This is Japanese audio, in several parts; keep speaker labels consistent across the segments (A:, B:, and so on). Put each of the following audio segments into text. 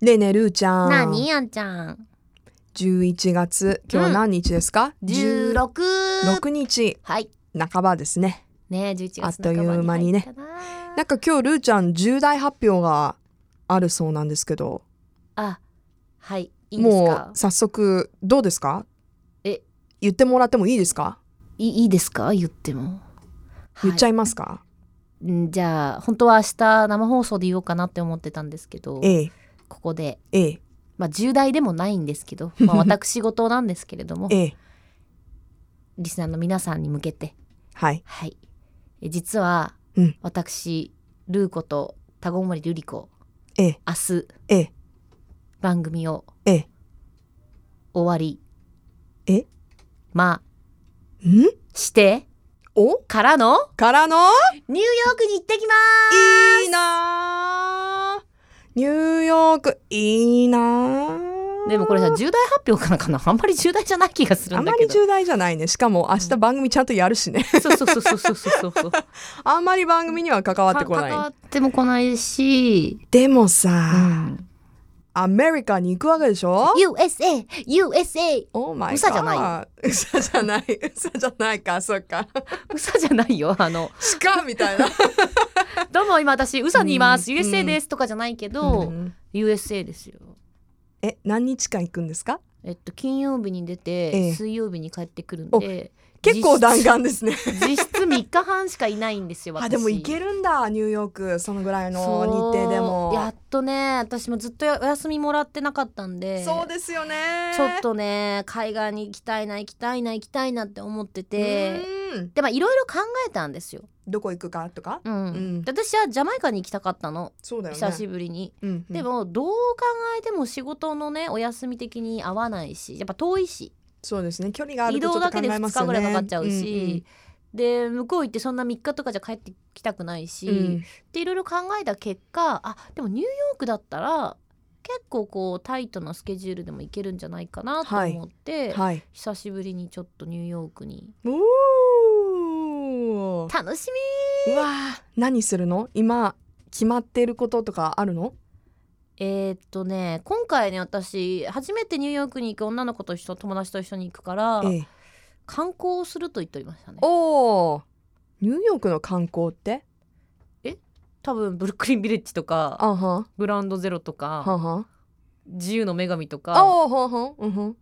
A: ねえねえるーちゃん。
B: なにやんちゃん。
A: ?11 月、今日は何日ですか、
B: 十六。
A: ?16 日
B: はい。
A: 半ばですね。
B: ね、十一月
A: あっという間にね
B: 半ばに入った
A: な
B: な。
A: んか今日るーちゃん重大発表があるそうなんですけど、
B: あ、はい。いいです
A: も
B: か
A: う。早速どうですか
B: え
A: 言ってもらってもいいですか、
B: いいいですか言っても。
A: 言っちゃ
B: い。
A: いますか
B: んじゃあ本当は明日生放送で言おうかなって思ってたんですけど、
A: ええ、
B: ここで。
A: ええ、
B: まあ重大でもないんです けど、まあ私事なんですけれども、
A: ええ、
B: リスナーの皆さんに向けて、
A: はい。
B: はい。え実は、
A: うん
B: 私ルーコと田子森瑠璃子、
A: ええ、
B: 明日
A: ええ、
B: 番組を
A: ええ、
B: 終わり
A: え
B: ま
A: ん
B: あして
A: お
B: からの
A: からの
B: ニューヨークに行ってきま
A: いいなあニューヨークいいなあ
B: すでもこれさ重大発表かなかなあんまり重大じゃない気がする
A: あ
B: んだ
A: ま
B: け
A: り
B: ど
A: 重大じゃないねしかも明日番組ちゃんとやるしね
B: そうそうそうそうそうそう そう
A: あんまり番組には関わってこ
B: 関わ
A: ない
B: っても来ないし、
A: でも
B: う
A: さ、
B: ん、
A: アメリカに行くわけでしょ
B: USA USA
A: オーマイ
B: 嘘じゃな
A: 嘘じゃ ない嘘じゃないかそっか
B: 嘘じゃないよあの
A: 鹿みたいな
B: どうも今私嘘にいます、
A: うん
B: USA ですとかじゃないけど、
A: うん
B: USA ですよ
A: え何日間行くんですか
B: えっと金曜日に出て、
A: ええ
B: 水曜日に帰ってくるんで
A: 結構弾丸ですね
B: 実質実質3日半しかいないんですよ私
A: あでも行けるんだニューヨークそのぐらいの日
B: そう
A: 程でも
B: やっとね私もずっとやお休みもらってなかったんで
A: そうですよね
B: ちょっとね海外に行きたいな行きたいな行きたいなって思ってて
A: うん
B: でまあいろいろ考えたんですよ、
A: どこ行くかとか
B: うん
A: うん
B: で私はジャマイカに行きたかったの、
A: そうだよね
B: 久しぶりに。
A: うんうん
B: でもどう考えても仕事のねお休み的に合わないしやっぱ遠いし
A: そうですね距離がある
B: 移
A: とちょ
B: 動
A: っと考
B: だけで
A: えます
B: 2日
A: よ
B: ぐ
A: ね
B: らいかかっちゃう
A: うんうん
B: し、で向こう行ってそんな3日とかじゃ帰ってきたくないし、
A: うん
B: でいろいろ考えた結果あでもニューヨークだったら結構こうタイトなスケジュールでも行けるんじゃないかなと
A: はい
B: 思って、
A: はい。
B: 久しぶりにちょっとニューヨークに
A: おー
B: 楽し
A: うわー何するの今決まっていることとかあるの
B: みえーっとね今回ね私初めてニューヨークに行く女の子と一緒友達と一緒に行くから、
A: ええ、
B: 観光をすると言っておりましたね
A: おーニューヨークの観光って
B: 多分ブルックリンビレッジとか
A: あは
B: グランドゼロと
A: はは
B: か
A: は
B: 自由の女神とか
A: あーははうんふん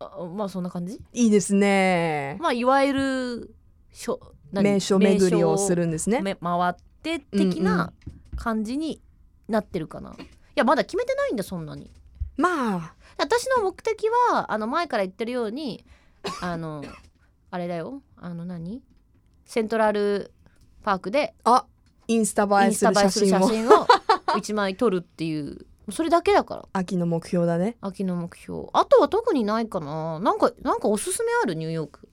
B: あまあそんな感じ
A: いいですね
B: まあいわゆるしょ何
A: 名所巡りを
B: 名所
A: するんですね
B: め回って的な感じになってるかな、いやまだ決めてないんだそんなに
A: まあ
B: 私の目的はあの前から言ってるようにあのあれだよあの何セントラルパークで
A: あインスタ映
B: イ
A: え
B: ンス
A: す
B: タ
A: る
B: 映え
A: 写
B: する
A: 真
B: 写
A: も
B: 真 を1枚撮るっていうそれだけだから
A: 秋の目標だね
B: 秋の目標あとは特にないかななんかなんかおすすめあるニューヨーク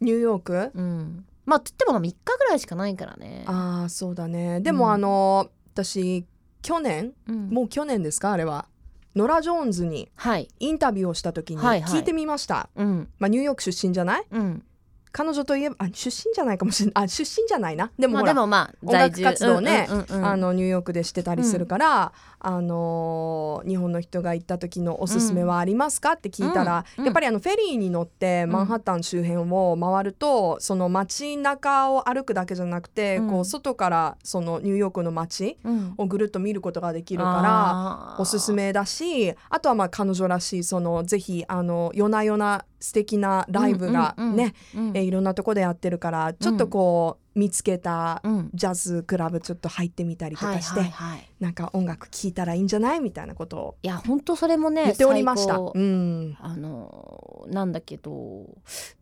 A: ニューヨーク
B: うんまあつってもまあ3日ぐらいしかないからね
A: ああそうだねで
B: う
A: も
B: ん
A: あの私去年
B: うん
A: もう去年ですかあれはノラ・ジョーンズに
B: はい
A: インタビューをした時に
B: はいは
A: 聞
B: い
A: いてみました、
B: うん
A: まあ、ニューヨーク出身じゃない
B: うん
A: 彼女といえばあ出身じゃないかもしれないあ出身じゃないなでも
B: まあ
A: ほら、
B: でもまあ
A: 音楽
B: 在住
A: 活動ね
B: うんうんうんうん
A: あのニューヨークでしてたりするから、あのー日本の人が行った時のおすすめはありますかって聞いたら、
B: うん
A: やっぱりあのフェリーに乗って
B: ん
A: マンハッタン周辺を回ると、その街中を歩くだけじゃなくて、
B: うん
A: こう外からそのニューヨークの街
B: うん
A: をぐるっと見ることができるから。おすすめだしあとはまあ彼女らしいそのぜひあの夜な夜な素敵なライブがね、
B: うんうんうんうん
A: えいろんなとこでやってるからちょっとこう、見つけた
B: うん
A: ジャズクラブちょっと入ってみたりと
B: はい
A: かして、
B: はいはい
A: なんか音楽聴いたらいいんじゃないみたいなことを
B: いや本当それもね
A: 言っておりました。
B: 最高
A: うん、
B: あのなんだけど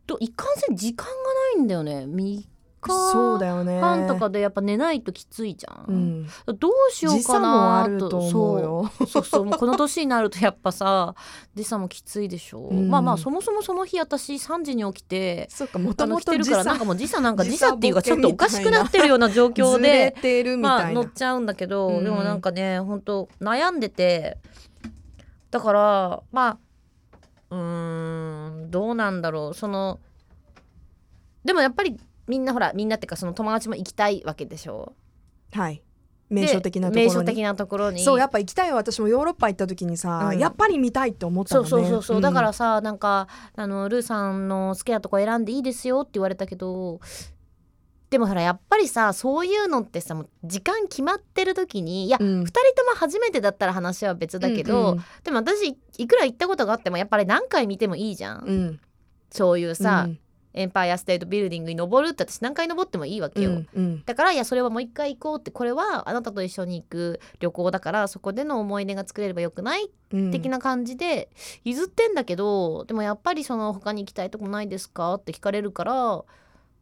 B: といかんせん時間がないんだよね3
A: そう
B: 日
A: だよね。
B: 半とかでやっぱ寝ないときついじゃ、
A: うんん、
B: どうしよ
A: 時
B: うか
A: 差もあ
B: な
A: る
B: と
A: と思うよ。
B: そうそうそうもうこの年になるとやっぱさ時差もきついでしょ、
A: うん
B: まあまあそもそもその日私3時に起きて
A: そっかも
B: あ
A: と
B: の
A: も
B: 来て
A: と
B: る
A: 時
B: からなん
A: 差
B: かもう時差なんか
A: 時
B: 時
A: 差
B: 差っていうかちょっとおかしくなってるような状況
A: ずれ
B: で
A: てるみ
B: ま
A: た
B: あ
A: い
B: 乗
A: な。
B: っちゃうんだけど、
A: うん
B: でもなんかね本当悩んでてだからまあうーんどうなんだろうそのでもやっぱりみんなほらみんなっていうかその友達も行きたいわけでしょ
A: はい。名所的なと
B: 名
A: ころ
B: 所
A: に
B: 的なところに
A: そうやっぱ行きたいよ私もヨーロッパ行った時にさ、
B: うん
A: やっぱり見たいって思った
B: そ
A: の
B: う
A: ね
B: そうそうそう、
A: ん
B: だからさなんかあのルーさんの好きなとこ選んでいいですよって言われたけどでもほらやっぱりさそういうのってさもう時間決まってる時にいや、
A: う
B: 二
A: ん
B: 2人とも初めてだったら話は別だけど、
A: うん
B: でも私いくら行ったことがあってもやっぱり何回見てもいいじゃん、
A: うんうん
B: そういうさ、
A: うん
B: エンパイアステートビルディングに登るって私何回登ってもいいわけよ、
A: うんうん
B: だからいやそれはもう一回行こうってこれはあなたと一緒に行く旅行だからそこでの思い出が作れればよくない
A: うん
B: 的な感じで譲ってんだけど、でもやっぱりその他に行きたいとこないですかって聞かれるから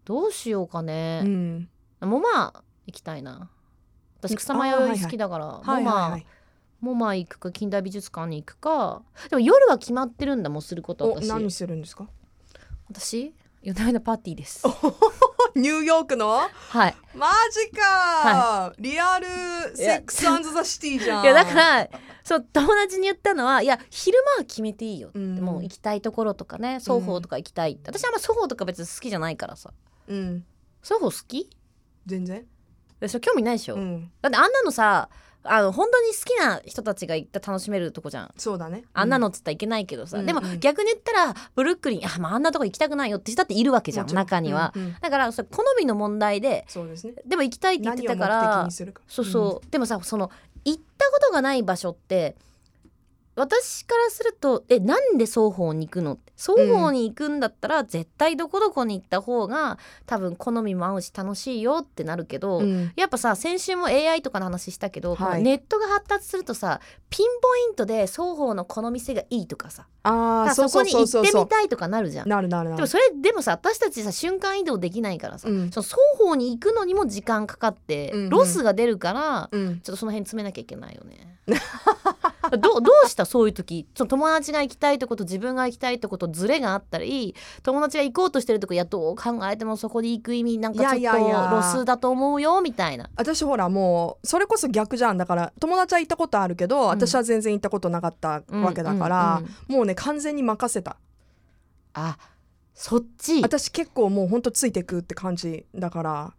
B: どうしようか
A: う
B: ね、
A: ん
B: もうまあ行きたいな私草間
A: あーはい
B: 弥
A: はい
B: 生好きだから、
A: はい
B: もうまあ、
A: はいはい
B: もうまあ行くか近代美術館に行くかでも夜は決まってるんだもうすること
A: お
B: 私
A: 何するんですか
B: 私夜な夜なパーティーです
A: ニューヨークの
B: はい
A: マジか、リアルセックスアンドザシティじゃん
B: いやだからそう友達に言ったのはいや昼間は決めていいよって、
A: うん
B: もう行きたいところとかね双方とか行きたいって、私あんま双方とか別に好きじゃないからさ
A: うん
B: 双方好き
A: 全然
B: 私は興味ないでしょ、
A: うん
B: だってあんなのさあの本当に好きな人たちが行った楽しめるとこじゃん
A: そうだね
B: あんなのっつったらいけないけどさ、
A: うん
B: でも
A: うん
B: 逆に言ったらブルックリンあ,、まあ、あんなとこ行きたくないよって人だっているわけじゃん
A: もちろん
B: 中には、
A: うんうん
B: だからそれ好みの問題で
A: そうですね
B: でも行きたいって言って
A: 何を目
B: たから
A: 的にするか
B: そうそう、でもさその行ったことがない場所って私からするとえなんで双方に行くのって双方に行くんだったら絶対どこどこに行った方が多分好みも合うし楽しいよってなるけど、
A: うん、うん
B: やっぱさ先週も AI とかの話したけ
A: は
B: ど、
A: い
B: このネットが発達するとさピンポイントで双方のこの店がいいとかさ
A: ああ
B: さ
A: そう
B: そこ
A: そう
B: に
A: そうそ
B: 行
A: う
B: って
A: そ
B: み
A: う
B: たいとかなるじゃん。
A: なるなるな
B: で
A: る
B: もそれでもさ私たちさ瞬間移動できないからさ、
A: うん
B: その双方に行くのにも時間かかって、
A: うんうん
B: ロスが出るから
A: うん
B: ちょっとその辺詰めなきゃいけないよ ね。どうどうしたそういう時その友達が行きたいとこと自分が行きたいとことズレがあったり友達が行こうとしてるとこいやどう考えてもそこで行く意味なんかちょっ
A: い
B: と
A: やいやいや
B: ロスだと思うよみたいな。
A: 私ほらもうそれこそ逆じゃんだから友達は行ったことあるけど、私は全然行ったことなかったわけだから、
B: うんうんうん
A: もうね完全に任せた
B: あそっち
A: 私結構もうほんとついてくって感じだから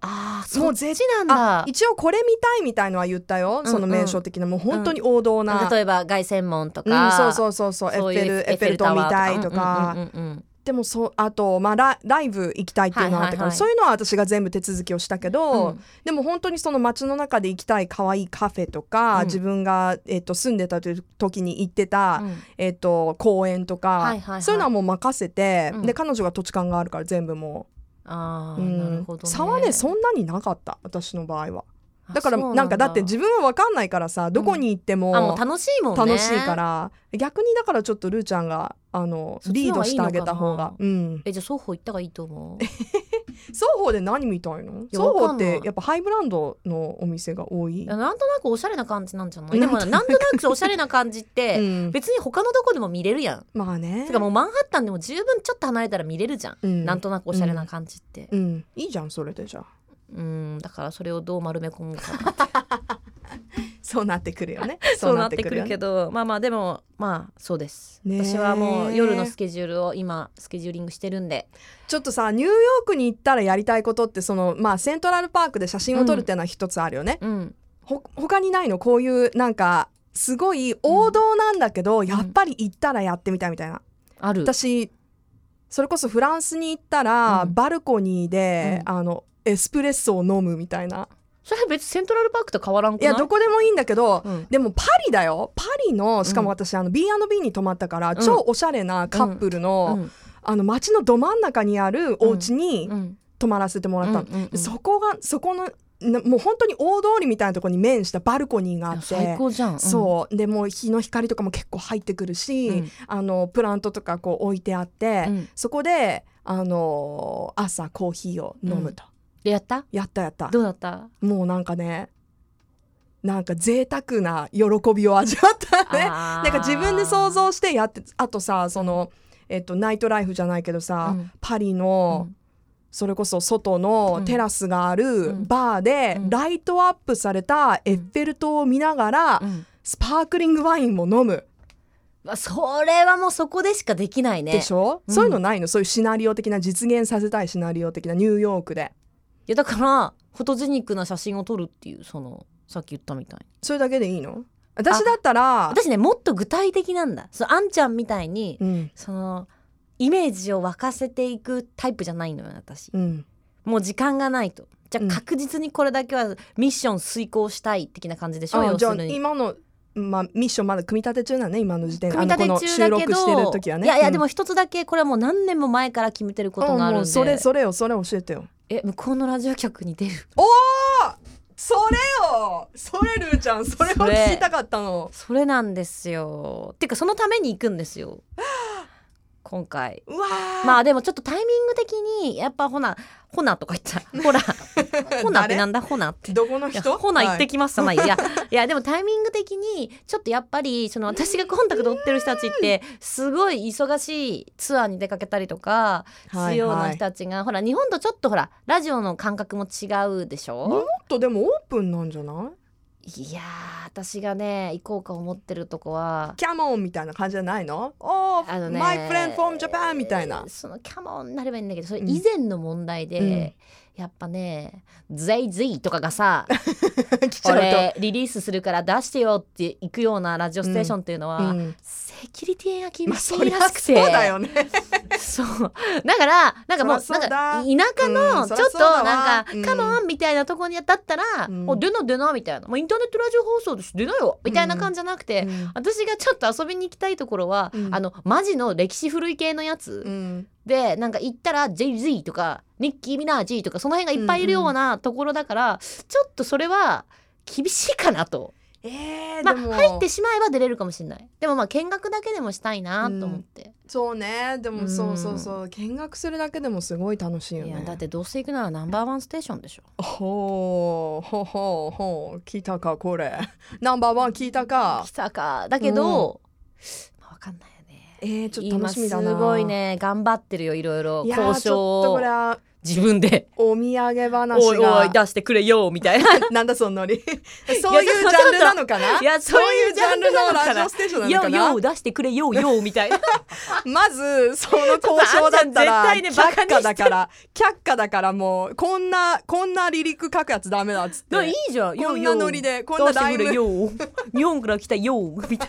B: あー
A: も
B: そうっ
A: ぜ
B: ちなん
A: あ
B: だ
A: 一応これ見たいみたいのは言ったよ、
B: んうん
A: その名所的なもう本当に王道な、
B: 例えば凱旋門と
A: うん、
B: か
A: そうそうそうそう
B: そう
A: エッフェルエッフェル塔見たいとか、
B: うんうんうんうんうん
A: でもそうあと、まあ、ラライブ行きたいっていうのはあったから、
B: はいはいはい
A: そういうのは私が全部手続きをしたけど、
B: うん
A: でも本当にその街の中で行きたい可愛いカフェとか、
B: うん
A: 自分が、えっと住んでた時に行ってた、
B: うん
A: えっと公園とか、
B: はいはいはい
A: そういうのはもう任せて、
B: うん
A: で彼女が土地勘があるから全部も
B: あ
A: う、
B: ーなるほどね
A: 差はねそんなになかった私の場合は。
B: あ
A: だから
B: そう
A: なんかだって自分は分かんないからさどこに行っても,、
B: あもう楽しいもんね
A: 楽しいから逆にだからちょっとルーちゃんがあの
B: そっ
A: リ
B: ち
A: ード
B: の方がい
A: し
B: い
A: て
B: の
A: あ
B: かな
A: げた方がうん
B: えじゃあ双方行った方がいいと思う
A: 双方で何みたいの
B: や
A: 双方っ
B: わかんない
A: てやっぱハイブランドのお店が多い
B: いやなんとなくおしゃれな感じなんじゃない
A: な
B: で
A: んと
B: も
A: なく
B: なんとなくおしゃれな感じっ
A: う
B: て
A: ん、
B: 別に他のどこでも見れるやん
A: まあね
B: てかもうマンハッタンでも十分ちょっと離れたら見れるじゃん
A: うん
B: なんとなくおしゃれな感じって
A: うん、いいじゃんそれでじゃあ
B: うんだからそれをどう丸め込むか
A: そうなってくるよね
B: そうなってくる
A: よね
B: けどまあまあでもまあそうです、
A: ねえ
B: 私はもう夜のスケジュールを今スケジューリングしてるんで
A: ちょっとさニューヨークに行ったらやりたいことってそのまあセントラルパークで写真を撮るっていうのは一つあるよね、
B: うん
A: ほ他にないのこういうなんかすごい王道なんだけど、やっぱり行ったらやってみたいみたいな、
B: ある
A: 私それこそフランスに行ったら、
B: うん
A: バルコニーで、
B: う
A: あのエスプレッソを飲むみたいな
B: それは別にセントラルパークと変わらんく
A: い
B: ない
A: やどこでもいいんだけど、
B: うん
A: でもパリだよパリのしかも私、あの B&B に泊まったから、
B: ん
A: 超おしゃれなカップルの,、
B: うん
A: あの街のど真ん中にあるお家に
B: うん
A: 泊まらせてもらったの、
B: うんうんうん
A: そこがそこのなもう本当に大通りみたいなところに面したバルコニーがあ
B: い
A: っ
B: や
A: て
B: 最高じゃん、うん
A: そうでもう日の光とかも結構入ってくるし、
B: うん
A: あのプラントとかこう置いてあって、
B: うん
A: そこであの朝コーヒーを飲むと、
B: でやった
A: やったやった
B: どうだった
A: もうなんかねなんか贅沢な喜びを味わったねな
B: な
A: んか自分で想像してやってあとさその、えっと、ナイトライフじゃないけどさ、
B: うん
A: パリの、それこそ外のテラスがある
B: ん
A: バーで
B: うん
A: ライトアップされたエッフェル塔を見ながらスパークリングワインも飲む
B: それはもうそこでしかできないね
A: でしょ、
B: うん
A: そういうのないのそういうシナリオ的な実現させたいシナリオ的なニューヨークで
B: いやだからフォトジェニックな写真を撮るっていうそのさっき言ったみたいに
A: それだけでいいの私だったら、
B: 私ねもっと具体的なんだそうあんちゃんみたいに
A: うん
B: そのイメージを沸かせていくタイプじゃないのよ私
A: うん、
B: もう時間がないとじゃ
A: うん
B: あ確実にこれだけはミッション遂行したい的な感じでしょ、
A: あ
B: 要
A: じゃあ
B: するに
A: 今の、まあ、ミッションまだ組み立て中なのね今の時点
B: 組み立
A: あのこ
B: て
A: の
B: 中
A: 収
B: だけ
A: 録してる
B: ど、
A: 時はね
B: いやいや
A: うん
B: でも一つだけこれはもう何年も前から決めてることがあるん
A: うんもう
B: で、
A: それそれよそれ教えてよ
B: え向こうのラジオ局に出る
A: おおそれよそれルーちゃんそれを
B: それ
A: 聞きたかったの
B: それなんですよてかそのために行くんで すよ今回
A: うわー
B: まあでもちょっとタイミング的にやっぱほなほなとか言ったほら ほなってなんだほなって
A: どこの
B: いや
A: 人
B: ほな行って
A: き、
B: きますさないいや いやでもタイミング的にちょっとやっぱりその私がコンタクト追ってる人たちってすごい忙しいツアーに出かけたりとか
A: はい
B: するような人たちがほら日本とちょっとほらラジオの感覚も違うでし
A: もっ
B: ょ
A: とでもオープンなんじゃない
B: いやー私がね行こうか思ってるとこは
A: キャモンみたいな感じじゃないのお
B: あ
A: ー、
B: のね
A: My friend from Japan みたい な
B: そのキャモンになればいいんだけどそれ以前の問題で、やっぱね「ゼイゼイ」とかがさ
A: 来ちゃう
B: 俺リリースするから出してよって行くようなラジオステーションっていうのは、
A: と、うん
B: セキュリティが厳
A: まあ
B: し
A: そ
B: い
A: りゃ
B: らしく
A: そう
B: て、
A: だよね
B: そうだからなんかもう
A: そりゃそうだ
B: なんか田舎の
A: うん
B: ち
A: そ
B: ょっと
A: りゃそうだわ
B: なんか「
A: うん
B: カモン!」みたいなとこにだったら「
A: うん
B: もう出な出な」みたいな「もうインターネットラジオ放送です出なよ」みたいな感じじゃなくて、
A: うん
B: 私がちょっと遊びに行きたいところは、
A: うん
B: あのマジの歴史古い系のやつ、
A: うん
B: でなんか行ったら JZ とかニッキー・ミナージーとかその辺がいっぱいいるようなところだから、ちょっとそれは厳しいかなと、
A: えー、
B: まあ、
A: でも
B: 入ってしまえば出れるかもしれないでもまあ見学だけでもしたいなと思って、
A: そうねで
B: う
A: も
B: ん
A: そうそうそう見学するだけでもすごい楽しいよ
B: い
A: ね
B: やだってどうせ行くならナンバーワンステーションでしょ
A: ほうほうほうほう聞いたかこれナンバーワン聞いたか
B: 来たかだけど、まあ、分かんないよね
A: えー、ちょっと
B: 今
A: 楽しみだな
B: すごいね頑張ってるよいろいろ
A: いや
B: 交
A: ーち
B: 渉
A: ょっとこ
B: を
A: れは
B: 自分で。
A: お土産話が
B: おいおい出してくれよみた いな
A: なんだそのノリそういうジャンルなのか ない
B: や
A: そ
B: そう
A: い
B: ういうう
A: ジ
B: ジ
A: ャ
B: ャ
A: ン
B: ン
A: ル
B: ル
A: の
B: なの
A: ラ
B: かな
A: ジオステーションなの
B: よ
A: か
B: うよ
A: な
B: う出してくれよよみ たいな
A: まずその交渉だったら
B: ちょっとあんちゃん絶対ねバカ
A: 却
B: にし
A: 下
B: て
A: だから却下だからもうこんなこんな離陸書くやつダメだっつっ
B: だからい
A: て
B: いじゃん。
A: こんな
B: ようよう
A: ノリでこんなライブ
B: 出してくれよ。日本から来たよみ たいな。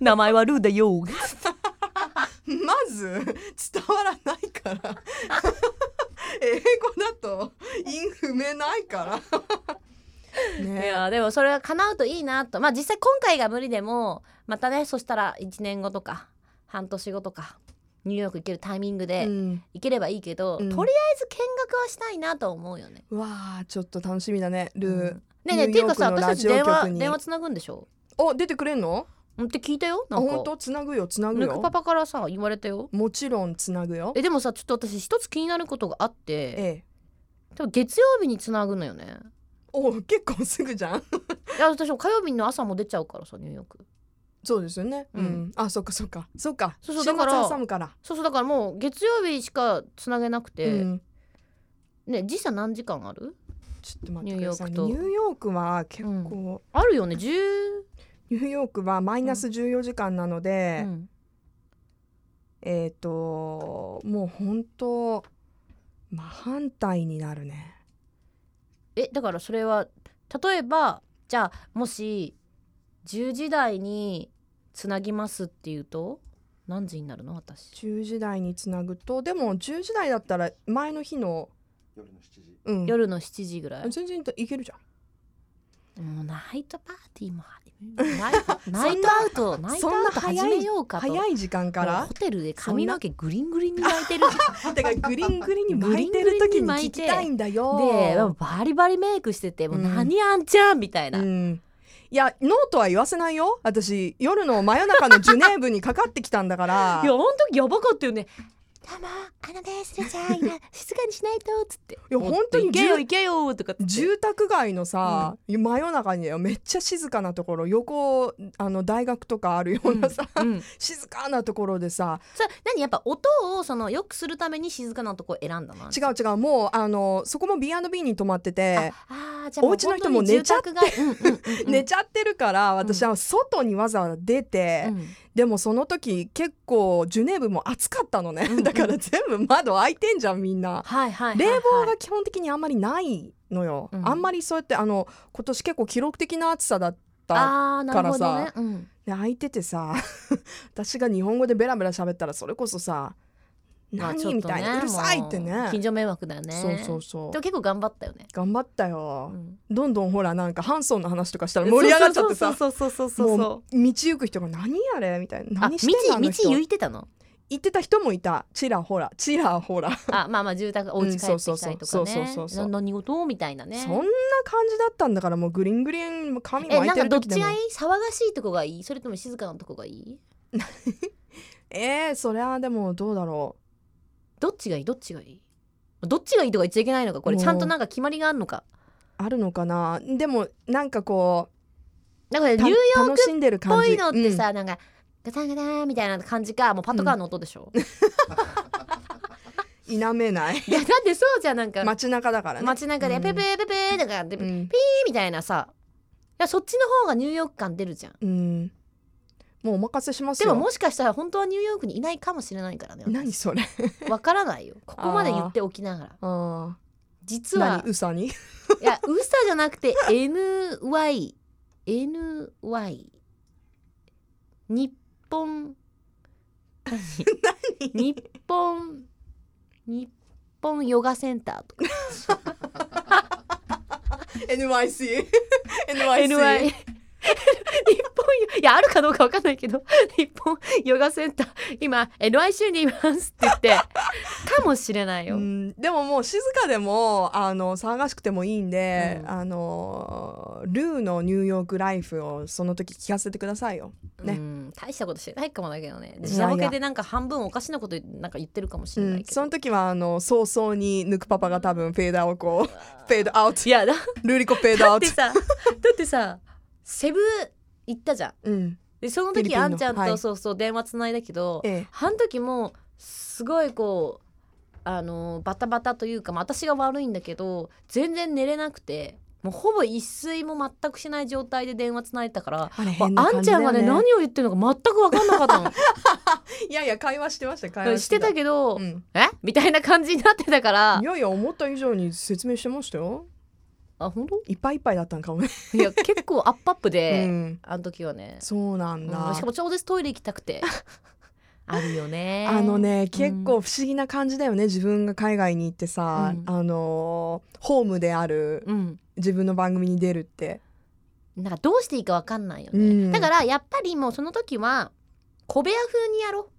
B: 名前はルーだよ。
A: まず伝わらないから英語だと韻踏めないから
B: い
A: ね
B: やでもそれが叶うといいなと。まあ実際今回が無理でもまたねそしたら1年後とか半年後とかニューヨーク行けるタイミング
A: う
B: で
A: ん
B: 行ければいいけど、
A: うん
B: とりあえず見学はしたいなと思うよね。
A: うわあちょっと楽しみだねルー、
B: うんねえねえ
A: ニ
B: って
A: ューヨ
B: いう
A: ー
B: か
A: クの
B: さ私
A: ラ
B: たち
A: ジ
B: 電
A: オ局
B: 話
A: に
B: 電話つなぐんでしょ
A: お出てくれんの
B: うんって聞いたよ
A: あ
B: なん
A: 本当
B: か
A: つなぐよつなぐ
B: ぬくパ
A: よ
B: パからさ言われたよ。
A: もちろんつなぐよ
B: えでもさちょっと私一つ気になることがあって
A: ええ
B: 多分月曜日につなぐのよね。
A: お結構すぐじゃん
B: いや私も火曜日の朝も出ちゃうからさニューヨーク
A: そうですよねう、
B: うんん
A: あそっかそっかそっか
B: そうそうだから
A: 週末挟むから、
B: そうそうだからもう月曜日しかつなげなくて、
A: うん
B: ね時差何時間ある
A: ちょっと待ってください
B: ニ
A: ニ
B: ューヨークと
A: ューヨークは結構、
B: あるよね10、
A: ニューヨークはマイナス14時間なので、
B: うん
A: えっ、ともう本当真反対になるね。
B: えだからそれは例えばじゃあもし10時台につなぎますっていうと何時になるの私
A: 10時台につなぐとでも10時台だったら前の日の
C: 夜の7時
A: うん
B: 夜の7時ぐらい
A: 全然いけるじゃん。
B: もうナイトパーティーもあり ナイトナイトアウトナイト
A: そ
B: アウト
A: んな
B: 始
A: 早い
B: めようかと
A: 早い時間か
B: もう
A: ら
B: ホテルで髪の毛グリングリンに巻いてる
A: だからグリングリンに巻いてる時に聞きたいんだよ。
B: でバリバリメイクしててもううん何あんちゃんみたいな、
A: うん、いやノートは言わせないよ私夜の真夜中のジュネーブにかかってきたんだか
B: い
A: ら
B: やあの時やばかったよねどうもあのねするちゃん今 静かにしないとっつってい
A: や本当に
B: 行けよ行けよとかっつって
A: 住宅街のさ、真夜中にだよめっちゃ静かなところ横あの大学とかあるようなさ、
B: うん、
A: 静かなところでさ
B: それ何やっぱ音をその良くするために静かなとこ選んだな
A: 違う違うもうあのそこも B&B に泊まってて
B: あーじゃあもう
A: お家の人 も寝ちゃって
B: 本当に住宅街うんうんうんうん
A: 寝ちゃってるから私は外にわざわざ出て、
B: うん
A: でもその時結構ジュネーブも暑かったのね、
B: うんうん
A: だから全部窓開いてんじゃんみんな
B: はいはいはい、
A: 冷
B: はい、
A: 房が基本的にあんまりないのよ、
B: うん
A: あんまりそうやってあの今年結構記録的な暑さだった
B: あーなるほどね、うん、
A: で開いててさ 私が日本語でベラベラ喋ったらそれこそさ「
B: まあ
A: 何
B: ちょっと
A: みたいな「うるさい」って
B: もう
A: ね
B: 近所迷惑だよね
A: そうそうそう
B: でも結構頑張ったよね、
A: 頑張った
B: う
A: よ、
B: ん
A: どんどんほらなんかハンソンの話とかしたら盛り上がっちゃってさ
B: そうそうそうそうそうそう
A: もう道行く人が「何あれ?」みたいな「
B: あ
A: 何してんのあ
B: 道道
A: の人
B: 行いてたの
A: 行ってた人もいたちらほらちらほら、
B: あまあまあ住宅お家帰ってきたりとか
A: うんそうそうそうそうそうそうそう
B: ねな何事みたいなね
A: そんな感じだったんだからもうグリングリンも髪
B: え
A: 巻い
B: なん
A: て
B: か
A: る
B: どっ
A: 時で
B: ち
A: も
B: がいい騒がしいとこがいいそれとも静かなとこがいい
A: えー、そりゃでもどうだろ
B: どっちがいいどっちがいいどっちがいいとか言っちゃいけないのかこれ
A: もう
B: ちゃんとなんか決まりがあるのか
A: うあるのかなでもなんかこ
B: だから
A: う
B: ニ
A: た
B: ューヨーク
A: 楽しんでる
B: っぽ
A: 感じ
B: いのってさ、なんかガタンガタンみたいな感じかもうパトカーの音でしょ、
A: うん否めない
B: いやだってそうじゃんなんか、
A: 街中だからね、
B: 街中でペペペペとかで
A: う
B: ピー
A: ん
B: みたいなさいやそっちの方がニューヨーク感出るじゃん
A: うんもうお任せします
B: で
A: よ
B: ももしかしたら本当はニューヨークにいないかもしれないからね
A: 何それ
B: わからないよここまで言っておきながら
A: あー
B: 実は
A: 何うさに
B: いやウサじゃなくて NY NY 日本何日本日本ヨガセンターとか
A: NYC
B: NY 日本いやあるかどうかわかんないけど日本ヨガセンター今 NYC にいますって言ってかもしれないよ、
A: うん、でももう静かでもあの騒がしくてもいいんで、
B: うん
A: あのルーのニューヨークライフをその時聞かせてくださいよ。ね
B: うん大したことしてないかもだけどね
A: いや
B: 時差ボケでなんか半分おかしなことなんか言ってるかもし
A: う
B: れない
A: ん、
B: けど、
A: その時はあの早々にヌクパパが多分フェーダーをこ うフェードアウト
B: いやだ
A: ルリコフェードア
B: だっ
A: ウト
B: て。さだ ってさセブ行ったじゃん
A: うん、
B: でその
A: フィリ
B: 時
A: ピンの
B: あんちゃんと、
A: はい
B: そうそう電話つないだけど
A: ええ
B: あの時もすごいこうあのバタバタというか、まあ、私が悪いんだけど全然寝れなくてもうほぼ一睡も全くしない状態で電話つないでたから、
A: あれ
B: ま
A: 変な
B: あ、あん
A: 感じ
B: ち
A: だ
B: ゃん
A: よ
B: がね
A: ね。
B: 何を言ってるのか全く分かんな かったの
A: いやいや会話してました会
B: うん
A: 話
B: してたけど、
A: うん、
B: えみたいな感じになってたから
A: いやいや思った以上に説明してましたよ。
B: あ本当
A: いっぱいいっぱいだったんかもね。
B: いや結構アップアップで、
A: うん、
B: あの時はね
A: そうなんだ。
B: うんしかもちょうどトイレ行きた くてあるよね
A: あのね結構不思議な感じだよね、自分が海外に行ってさ、
B: うん
A: あのーホームである
B: うん
A: 自分の番組に出るって、
B: なんかどうしていいかわかんないよ
A: う
B: ね、
A: ん
B: だからやっぱりもうその時は小部屋風にやろ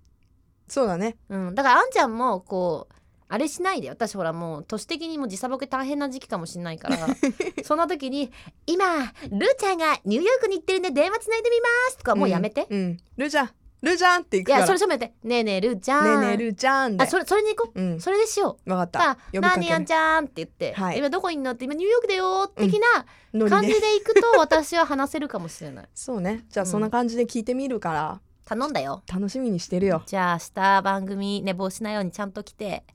A: そうだね
B: う、うん、だからあんちゃんもこうあれしないで私ほらもう都市的にも時差ボケ大変な時期かもしれないから そんな時に「今ルーちゃんがニューヨークに行ってるんで電話つないでみます」とかもうやめて、
A: うん、うんルーちゃんルーちゃんって行く
B: い
A: から
B: やそれじゃめて「ねえねえルーちゃ
A: ねえ
B: ん」
A: ねえルーちゃんで
B: あそれそれに行こ
A: うん
B: うそれでしよう
A: わかっ
B: だ
A: た
B: か
A: 呼び
B: ら「
A: かけ
B: 何やんちゃん」って言って「
A: はい
B: 今どこいんの?」って「今ニューヨークだよ」的な
A: ノ
B: 感
A: リ
B: じ
A: で
B: で行くと私は話せるかもしれない
A: そうねじゃあ
B: うん
A: そんな感じで聞いてみるから、
B: 頼んだよ
A: 楽しみにしてるよ
B: じゃあ明日番組寝坊しないようにちゃんと来て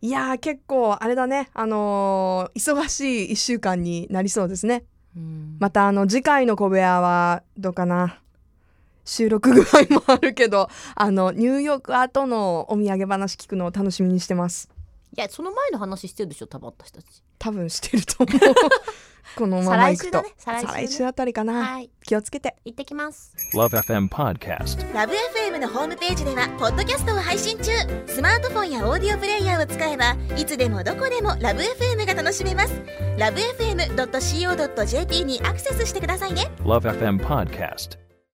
A: いやー結構あれだねあのー忙しい1週間になりそうですね
B: うん
A: またあの次回の小部屋はどうかな収録具合もあるけどあのニューヨーク後のお土産話聞くのを楽しみにしてます
B: いやその前の話してるでしょ多分私たち
A: 多分してると思 うこのまま
B: 再来
A: 行く
B: 週
A: と
B: だね再来週ね
A: あたりかな、
B: はい
A: 気をつけて
B: 行ってきます
C: Love FM Podcast.
D: ラブ f m のホームページではポッドキャストを配信中スマートフォンやオーディオプレイヤーを使えばいつでもどこでもラブ f m が楽しめますラブ FM.co.jp にアクセスしてくださいね
C: Love FM Podcast.